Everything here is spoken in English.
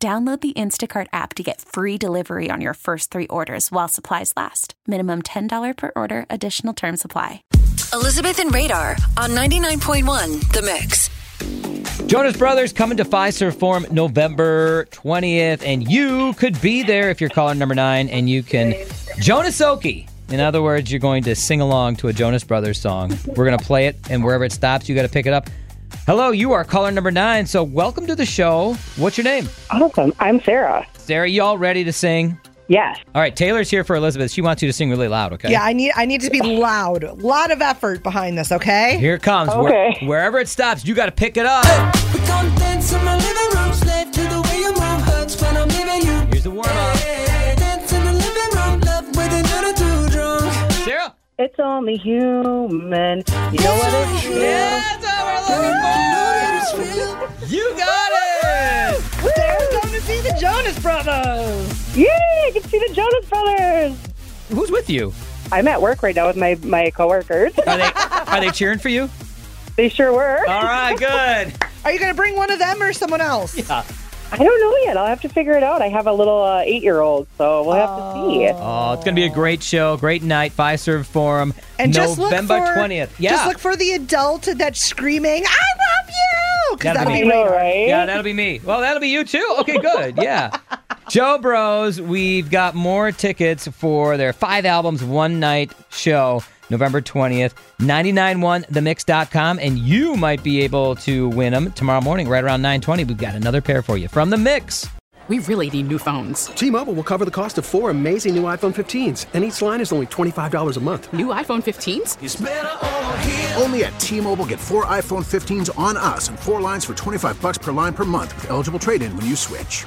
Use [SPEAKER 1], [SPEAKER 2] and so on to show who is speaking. [SPEAKER 1] Download the Instacart app to get free delivery on your first three orders while supplies last. Minimum $10 per order, additional term supply.
[SPEAKER 2] Elizabeth and Radar on 99.1 The Mix.
[SPEAKER 3] Jonas Brothers coming to Pfizer Forum November 20th, and you could be there if you're caller number nine, and you can Jonas Oki. In other words, you're going to sing along to a Jonas Brothers song. We're going to play it, and wherever it stops, you got to pick it up. Hello, you are caller number nine, so welcome to the show. What's your name?
[SPEAKER 4] Awesome. I'm Sarah.
[SPEAKER 3] Sarah, you all ready to sing?
[SPEAKER 4] Yes.
[SPEAKER 3] All right, Taylor's here for Elizabeth. She wants you to sing really loud, okay?
[SPEAKER 5] Yeah, I need I need to be loud. A lot of effort behind this, okay?
[SPEAKER 3] Here it comes. Where-
[SPEAKER 4] Okay.
[SPEAKER 3] wherever it stops, you got to pick it up.
[SPEAKER 6] We gon' dance in my living room, slave to the way your mom hurts when I'm leaving you.
[SPEAKER 3] Here's the warm up.
[SPEAKER 6] Dance in the living room, love with another too drunk.
[SPEAKER 3] Sarah?
[SPEAKER 4] It's only human. You know what it is?
[SPEAKER 3] That's what we're looking for. You got it.
[SPEAKER 5] Sarah's going to see the Jonas Brothers.
[SPEAKER 4] Yeah, I can see the Jonas Brothers.
[SPEAKER 3] Who's with you?
[SPEAKER 4] I'm at work right now with my, my coworkers.
[SPEAKER 3] Are they are they cheering for you?
[SPEAKER 4] they sure were.
[SPEAKER 3] All right, good.
[SPEAKER 5] Are you going to bring one of them or someone else?
[SPEAKER 4] I don't know yet. I'll have to figure it out. I have a little uh, eight year old, so we'll have to see.
[SPEAKER 3] Oh, it's gonna be a great show, great night. Fiserv Forum,
[SPEAKER 5] And just look
[SPEAKER 3] November
[SPEAKER 5] for-
[SPEAKER 3] twentieth. Yeah,
[SPEAKER 5] Just look for the adult that's screaming, "I love you!" Because
[SPEAKER 3] That'll be
[SPEAKER 4] I
[SPEAKER 5] that'll be
[SPEAKER 4] know,
[SPEAKER 5] radar.
[SPEAKER 4] right?
[SPEAKER 3] yeah, that'll be me. Well, that'll be you too. Okay, good. Yeah. Joe Bros, we've got more tickets for their five albums, one night show, November 20th, 991themix.com. And you might be able to win them tomorrow morning, right around 920. We've got another pair for you from The Mix.
[SPEAKER 7] We really need new phones.
[SPEAKER 8] T-Mobile will cover the cost of four amazing new iPhone 15s, and each line is only $25 a month.
[SPEAKER 7] New iPhone 15s?
[SPEAKER 9] Only at T-Mobile get four iPhone 15s on us and four lines for 25 bucks per line per month with eligible trade-in when you switch.